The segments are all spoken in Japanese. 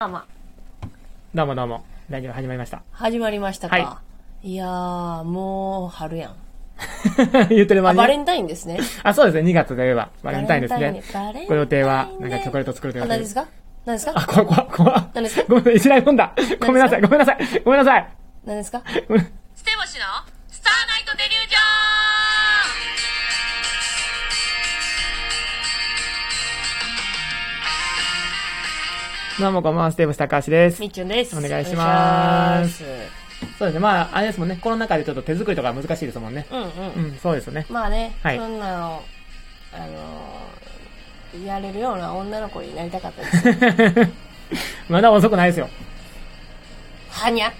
あまどうもどうも。ラジオ始まりました。 始まりましたか。、はいやー、もう春やん。言ってるあ、間に、バレね。ンタインですね。あそうですね。2月といえば、バレンタインですねバレンタインね。ご予定は、バレなンタインねんかチョコレート作るとあ、いう何ですか何ですあ、か怖い怖い怖い。何ですかごめんなさい、いきなり込んだ。ごめんなさい、ごめんなさい。ごめんなさい。何ですかごめんステボシのスターナイトデリュージョンどうもこんばんは、ステーブス高橋ですみ。っちゅんです。お願いしおます願いしそうですね。まあ、あれですもんね。コロナ禍でちょっと手作りとか難しいですもんね。ます。うんうん。うん、そうですよね。 まあね、はいそんなの、あのーやれるような女の子になりたかったです。まだ遅くないですよ。は にゃ。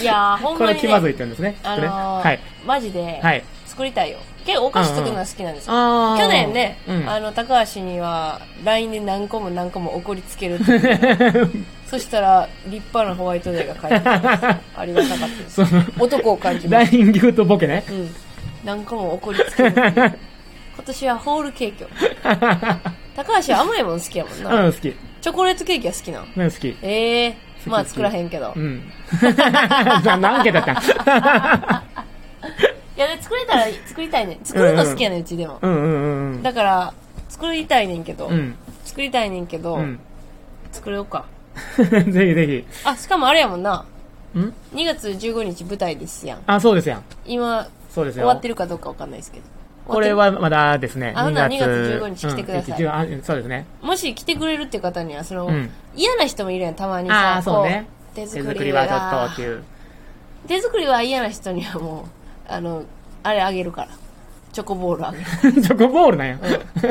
いやー、ほんこまに、れね。気まずいって言うんですね。あきのっとねーはい。マジで、はい。作りたいよ。結構お菓子作るのが好きなんですよ。あー去年ね、うんあの、高橋には、LINE で何個も何個も怒りつけるっていう そしたら、立派なホワイトデーが返ってきたんです。ありがたかったです その。男を感じま大す。人ギフトボケね。うん。何個も怒りつける。今年はホールケー キを。高橋は甘いもの好きやもんな。うん、好き。チョコレートケーキは好きなの。うん、好き。ええー、まあ作らへんけどう。ん。 な何桁だったんいや、で作れたら、作りたいねん。作るの好きやねん、うちでも。うんうんうんだから、作りたいねんけどうん。う、ん。作りたいねんけどう、ん。作ろうか。 ぜひぜあ、しかもあれやもんな。ひ。ん2月15日舞台ですやん。あ、そうですやん。今、そうです終よ。わってるかどうかわかんないですけど。これはまだですね。あほな2 2月15日来てくださいうんあそうですね。もし来てくれるって方には、その、うん嫌な人もいるやん、たまにあさ。ーそうねこ手手作作りりははちょっとっていう。手作りは嫌な人にはもう、あの、あれあげるから。チョコボールあげる。チョコボールなんや。チョ チ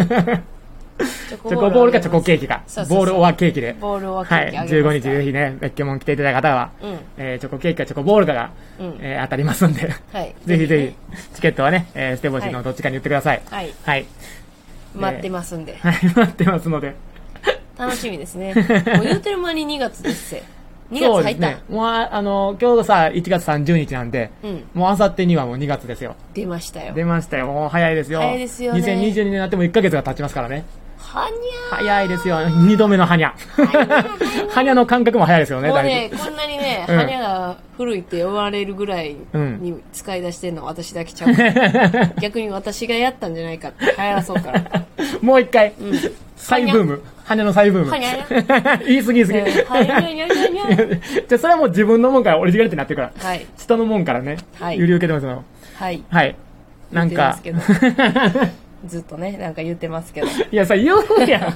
ョコボールかチョコケーーキかそう。そうそうボールオアケーキで。キ。ボールを分けはてあい。げる。 15日ぜひね、別居も来ていただいた方は、うんえーチョコケーキかチョコボールかが、うんえー当たります んで、はいぜひぜぜひ、チケットはね、えー、ステボシのどっちかに言ってください。はいはい。待ってますんで。はい、待ってますので。楽しみですね。もう言うてる間に2月ですせ。2 そ月うで入っすた、ね。もう、ああの、今日さ、1月30日なんで、うんもうあさってにはもう2月ですよ。出ましたよ。出ましたよ。もう早いですよ。早いですよね2022年になっても1ヶ月が経ちますからね。はにゃー。早いですよ。2度目のハニャ。ハニャの感覚も早いですよね、もうだねい、こんなにね、うん羽根が古いって呼ばれるぐらいに使い出してんの私だけちゃう、 逆に私がやったんじゃないかって流行らそうから。ぶ。もう一回、再ブーム。ハニャの再ブームハニャ。言い過ぎ言い過ぎ。ねハニャにゃにゃにゃにゃじゃあそれはもう自分のもんからオリジナルってなってるから。はい。人のもんからね。はい有料受けてますよ。はい。はい。なんか。言ずっとね、なんか言ってますけ ど。いや、さ、言うやん。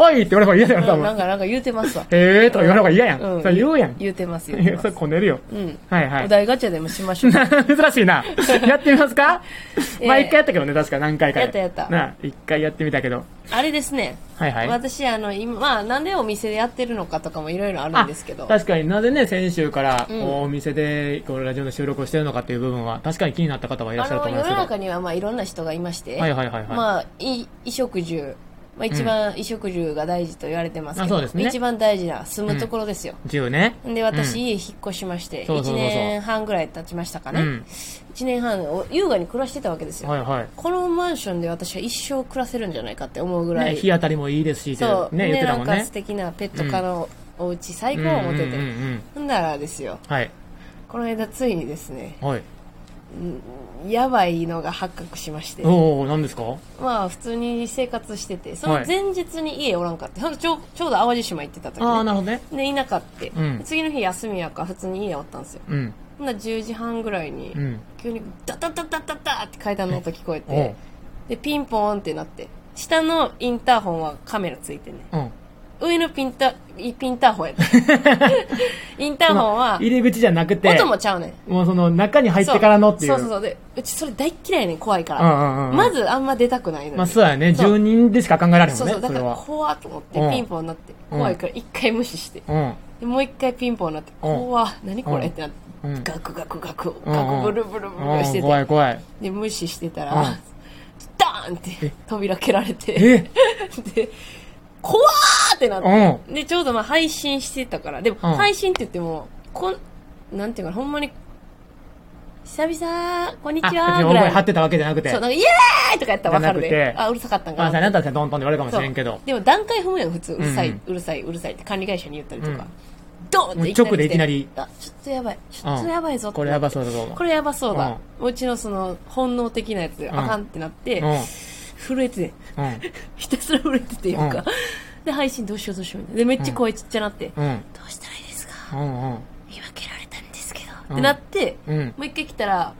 はいって言われた方が嫌だよ、多うんなん分。か、なんか言うてますわ。えーとか言われた方が嫌やん。うんそれ言うやん。言うてます、言ういてや、ま それす。こねるよ。うん。はいはおい。題ガチャでもしましょ う。珍しいな。やってみますか ええ毎回やったけどね、確か何回かで。やったやったなあ、一回やってみたけど。あれですね。はいはい。私、あの、今、まあ、なんでお店でやってるのかとかもいろいろあるんですけど。確かになぜね、先週から、うんこうお店で、こう、ラジオの収録をしてるのかっていう部分は、確かに気になった方はいらっあしゃるとの思い世ますけのど。中にはまあいろんな人がいまして、はいはいはいはいまあ、い衣食住、まあ、一番衣食住が大事と言われてますけど、あそうですね一番大事な住むところですよ。 10ね。で、私、うん家引っ越しまして、そうそうそうそう1年半ぐらい経ちましたかね。うん1年半お、優雅に暮らしてたわけですよ。はいはい。このマンションで私は一生暮らせるんじゃないかって思うぐらい、ね、日当たりもいいですし、そう、ね、言ってたなもんんかね素。敵なペット可のお家最高を持てて、うんうんうんうんほんならですよ、はい。この間ついにですね、はい。やばいのが発覚しまして、おー、何ですかまあ普通に生活してて、そのはい前日に家おらんかって、ほんとちょうちょうど淡路島行ってた時、あー、ね、なるほどね。で、いなかって、うん次の日休みやから普通に家おったんですよ。うん。ほんなら10時半ぐらいに、うん急にダダダダダダって階段の音聞こえおうて、で、ピンポーンってなって、下のインターホンはカメラついてんねん。うん。上のピンタ、イピンターホンやで インターホンは、入り口じゃなくて、音もちゃうねん。もうその中に入ってからのっていう。そうそうそうでうちそれ大っ嫌いねん怖いから、うんうんうんうんまずあんま出たくないのにまあそうやね、そう住人でしか考えられへんもそうんね、そうだそかれらは。怖っと思ってうんピンポンになってうん怖いから一回無視してうん。でもう一回ピンポンになってうん怖っ何これってなってうんガクガクガクうんガクブルブルブルしてうん怖いて怖い。で無視してたうんらダーンって扉蹴られてえ で怖ーってなってうん。で、ちょうどまあ配信してたから、でもうん配信って言っても、こん、なんていうかな、ほんまに、久々、こんにちあ、別はにぐ大ら声張っい。てたわけじゃなくて。そう、まなんか、イエーイとかやったらわかるじゃなでく。てあ、うるさかったんかあ、な。さあなったらドントンで言われるかもしそうれんけど。でも段階踏むやん、普通。うるさういん、うるさい、うるさいって管理会社に言ったりとうんか。ドンってもう直でいきなり来てあ、ちょっとやばい。ちょっとやばいぞってこれやばそうだと思う。これやばそうだ。うちのその、本能的なやつで、んあかんってなってうん。、うん。震えて て、ひたすら震えてていううんか。で、配信どうしようどうしようみたいな。で、めっちゃ声ちっちゃなって、どうん。うん。うしたらいいですかうん。うん。見分けられたんですけど。うっんてなって、うん。もう一回来たら、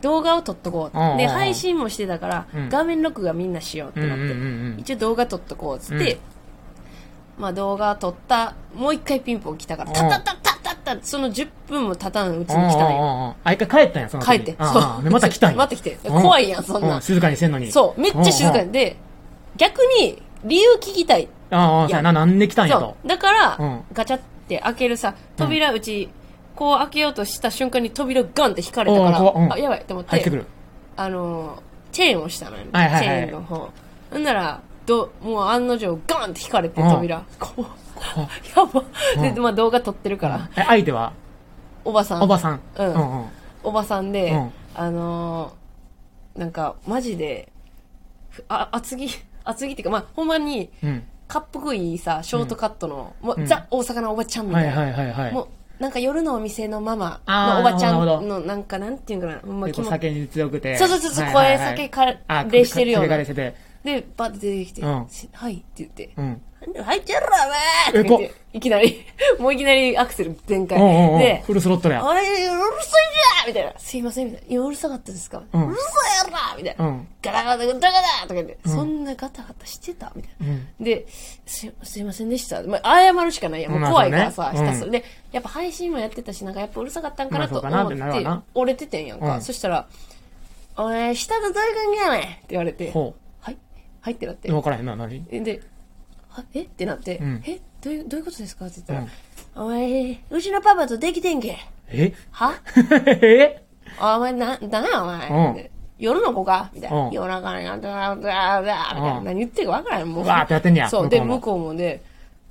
動画を撮っとこううんうんうと。んで、配信もしてたからう、ん画面録画みんなしようってうん。なうっん。てう。ん。一応動画撮っとこうっつって、うんまあ動画撮った、もう一回ピンポン来たから、うんタッタッタッタッタッタッその10分も経たんうちうん。に来たんよ。あ、一回帰ったんや、その時帰って。あああでまた来たんや。また来て。うん怖いやん、そんな。うん静かにしてんのに。そう、めっちゃ静かうん。うに。んで、逆に、理由聞きたい。ああ、そうやな、なんで来たんやとそ。う。だから、うんガチャって開けるさ、扉うち、こう開けようとした瞬間に扉ガンって引かれたから、おー怖っうんあ、やばいと思って、入ってくる。あのー、チェーンをしたのよ、ねはいはいはいチェーンの方。ほんなら、ど、もう案の定ガンって引かれてうん扉。怖っやば。うで、んまあ動画撮ってるから、え、相手はおばさん。おばさん。うんうんうん。おばさんで、うんあのーなんか、マジで、ふあ、厚着、厚着っていうか、まあ、ほんまに、うん。かっこいいさ、ショートカットの、もう、うんザ・大阪のおばちゃんみたはいいな。はいはいはい。もう、なんか夜のお店のママあーのおばちゃなるほんの、どなんか、なんていうんかな、ほんま結気持ち。構酒に強くて。そうそうそうそうはいはいはい声酒かあ礼してるような酒かれしてて。で、バッて出てきて、うんしはいって言って、うん。入っちゃろ、お前えって言っ、怖っていきなり、 もういきなりアクセル全開。おうおうおうで、フルスロットルや。あれ、うるさいじゃんみたいな。すいません、みたいな。今うるさかったですか、うんるさいやろみたいな。うん。ガタガタガタガタとか言って、そんなガタガタしてたみたいな。うんで、す、すいませんでした。まあ、謝るしかないやん。もう怖いからまさ、あひそうねたすら。で、やっぱ配信もやってたし、なんかやっぱうるさかったんかなとまあそう思かなってなっるわてな、折れててんやんうか。んそしたら、おい、下とどういう関係やねんって言われて、はほいはいってなってう。。わからへんな、何で、はえってなって、んえどういう、どういうことですかって言ったら、うんお前、うちのパパとできてんけ。え は えあお前、な、だな、お前。うんって夜の子かみたいな。うん夜中に、あんたら、あんたら、あんたらみたいな。うん何言ってるか分からへん、もう。うわーってやってんねやそう。向こうで、も向こうもね、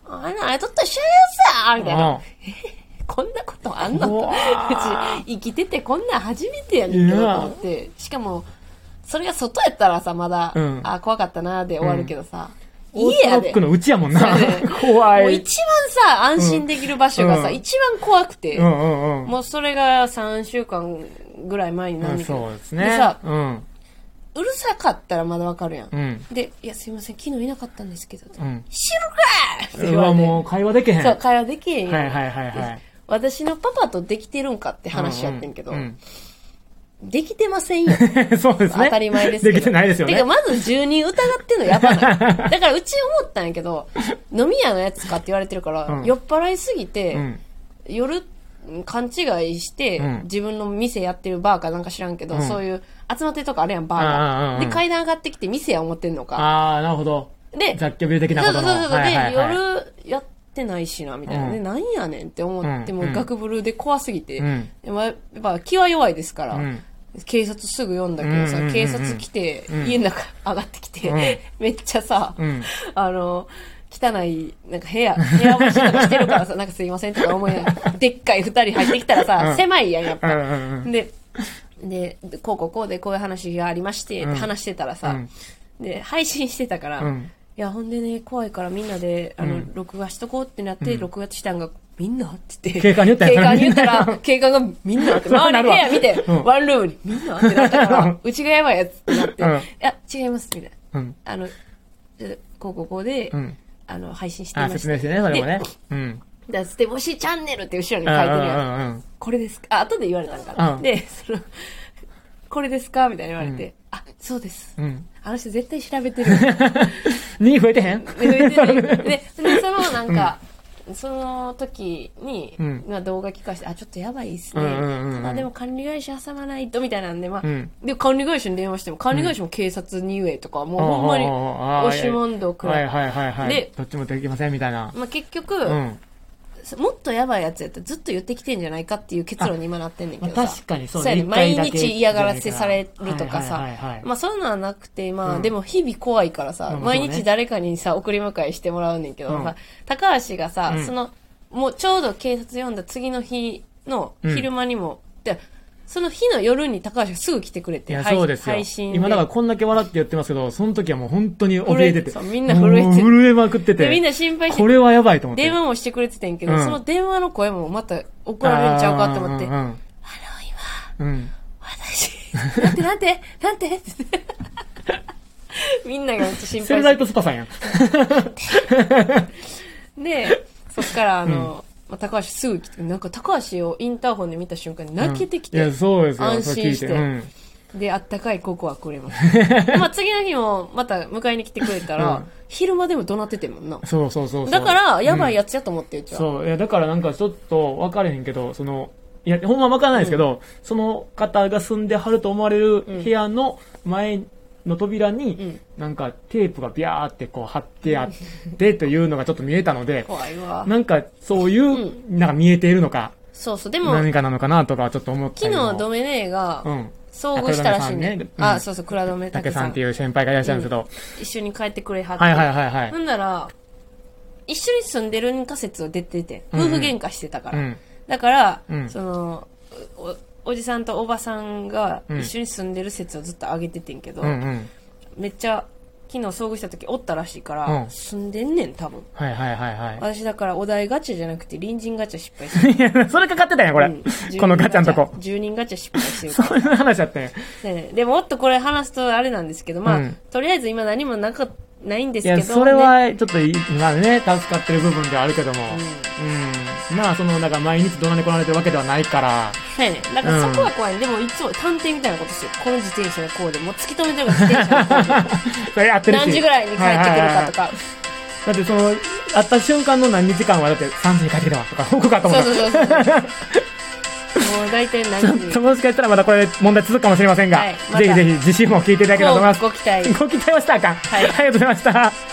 あんな、あいとったら一緒やさみたいな。こんなことあんのうわ別に生きててこんなん初めてやねんけどいとや思って。しかも、それが外やったらさ、まだ、うんあ、怖かったな、で終わるけどさ。オー家トロやッで。クのうちやもんなそうやね。怖もうい。一番さ、安心できる場所がさ、うん一番怖くて、うんうんうん。もうそれが3週間ぐらい前にうなんんだけどそうですね。でさ、うん。うるさかったらまだわかるやん。うん。で、いや、すいません、昨日いなかったんですけど、うん。知るかってう言わわ、れて。もう会話できへん。そう、会話できへんやん。はいはいはいはい。私のパパとできてるんかって話やってんけど、ううんできてませんよ。うんそう ですね。当たり前ですけど。できてないですよね。てか、まず住人疑ってんのやば ない。だから、うち思ったんやけど、飲み屋のやつかって言われてるから、うん酔っ払いすぎて、うん夜、勘違いして、うん自分の店やってるバーかなんか知らんけど、うんそういう集まってるとこあるやん、バーうんうんが。うんうんで、階段上がってきて店や思ってんのか。あー、なるほど。で、雑居ビル的なことの。そうそうそうそう、はいはいはいで、夜やってないしな、みたいな。うんで、なんやねんって思って、うんもううん学ブルで怖すぎて。うんでもやっぱ気は弱いですから、うん警察すぐ読んだけどさ、うんうんうんうん警察来て、うん家の中上がってきて、うん めっちゃさ、うんあの、汚い、なんか部屋、部屋干しとかしてるからさ、なんかすいませんとか思いながら、でっかい二人入ってきたらさ、うん狭いやん、やっぱ。うんうんうんで、で、こうこうこうでこういう話がありまして、って話してたらさ、うんで、配信してたから、うんいや、ほんでね、怖いからみんなで、あの、うん録画しとこうってなって、録画したんが、みんなって言って。警官に言ったんや警な官に言った ら、警官がみんなって、そう周なり部るわ屋見て、うんワンルームにみんなってなったかうらん、うちがやばいやつってなって、うんいや、違います、みたいな。うん。あの、えこうこうこうで、うんあの、配信していあ、まし説た。明してね、それもで。ねうん。だから捨て星チャンネルって後ろにう書んいうてるやん。んうんこれですかあ、後で言われたんか。うんで、その、これですかみたいな言われて、あ、そうです。うん。うん。あの人絶対調べ てる。でに増えてへんで ででそのなんか、その時に、うんまあ動画聞かして、あ、ちょっとやばいっすね。うんうんうんうんただでも管理会社挟まないと、みたいなんで、まあ、うんで、管理会社に電話しても、管理会社も警察に言えとか、もうほんまに、押押し問答くはらいい。はいはいはい。でどっちもできませんみたいな。まあ結局、うん。もっとやばいやつやったらずっと言ってきてんじゃないかっていう結論に今なってんねんけどさ。まあ確かにそうねやね一回毎だけ日嫌がらせされるとかはいはいはいさは。いまあそういうのはなくて、まあ、うんでも日々怖いからさ、うん毎そう日ね誰かにさ、送り迎えしてもらうねんけどうんさ、高橋がさ、うんその、もうちょうど警察読んだ次の日の昼間にも、でその日の夜に高橋がすぐ来てくれいて、や、配そうですよ配。信で。今だからこんだけ笑って言ってますけど、その時はもう本当に怯えて震て。えそうみんな震えてるもう震えまくってで、みんて。な心配してこれはやばいと思って。電話もしてくれててんけど、うんその電話の声もまた怒られるんちゃうかと思って、ああーの、う今、んうんうん。私、なんてなんて、なんてって みんながめっちゃ心うん配セルしライトスパさんやん。て。で、そっからあの、まあ高橋すぐ来て、なんか高橋をインターホンで見た瞬間に泣けてきて、うんいや、そうですよ。安心してそれ聞いてで、あったかいココアくれま した。まあ次の日もまた迎えに来てくれたら、うん昼間でも怒鳴っててもんなうん。。そうそうそうそう。だから、やばいうんやつやと思ってうちは。そう、いや、だからなんかちょっと分かれへんけど、その、いや、ほんま分からないですけど、その方が住んではると思われる部屋の前の扉に、うんなんかテープがビャーってこう貼ってあってというのがちょっと見えたので、怖いわ。なんかそういう、なんか見えているのか、そうそう。でも、何かなのかなとかはちょっと思った昨りも日ドメネーが、うん。遭遇したらしいね。中留さんねうんあ、そうそう、倉留竹武ささんんっていう先輩がいらっしゃるんですけど、一緒に帰ってくれはって。はいはいはいはいほ。んなら、一緒に住んでるん仮説を出てて、うんう夫ん婦喧嘩してたかうら。ん。だから、うんそのお、おじさんとおばさんがうん一緒に住んでる説をずっと上げててんけど、うんうん。めっちゃ、昨日遭遇した時おったらしいから、うん住んでんねん、多分。はいはいはいは私だからお題ガチャじゃなくて隣人ガチャ失敗してる。い。いや、それかかってたんや、これ。うんこのガチャのとこ。住人ガチャ失敗してるからそういう話だったんや。ねでももっとこれ話すとあれなんですけど、まあ、うんとりあえず今何もなか、ないんですいけど、や、ね、それは、ちょっとい、まあね、助かってる部分ではあるけども。うん。まあ、その、なんか毎日怒鳴りこられてるわけではないから。そうやね。だからそこは怖い、でもいつも探偵みたいなことする。この自転車がこうで、もう突き止めてるから 自転車がこうでそれやってるし何時ぐらいに帰ってくるかと。か。はいはいはいだって、その、会った瞬間の何時間は、だって3時に帰ってきたわとか、報 告かと思そっうた。そうそうそう。 もう大体何時に。ちょっともしかしたらまだこれ問題続くかもしれませんが、はいまたぜひぜひ自信も聞いていただければと思います。ごご期待 ご期待をしたらあかん。はいありがとうございました。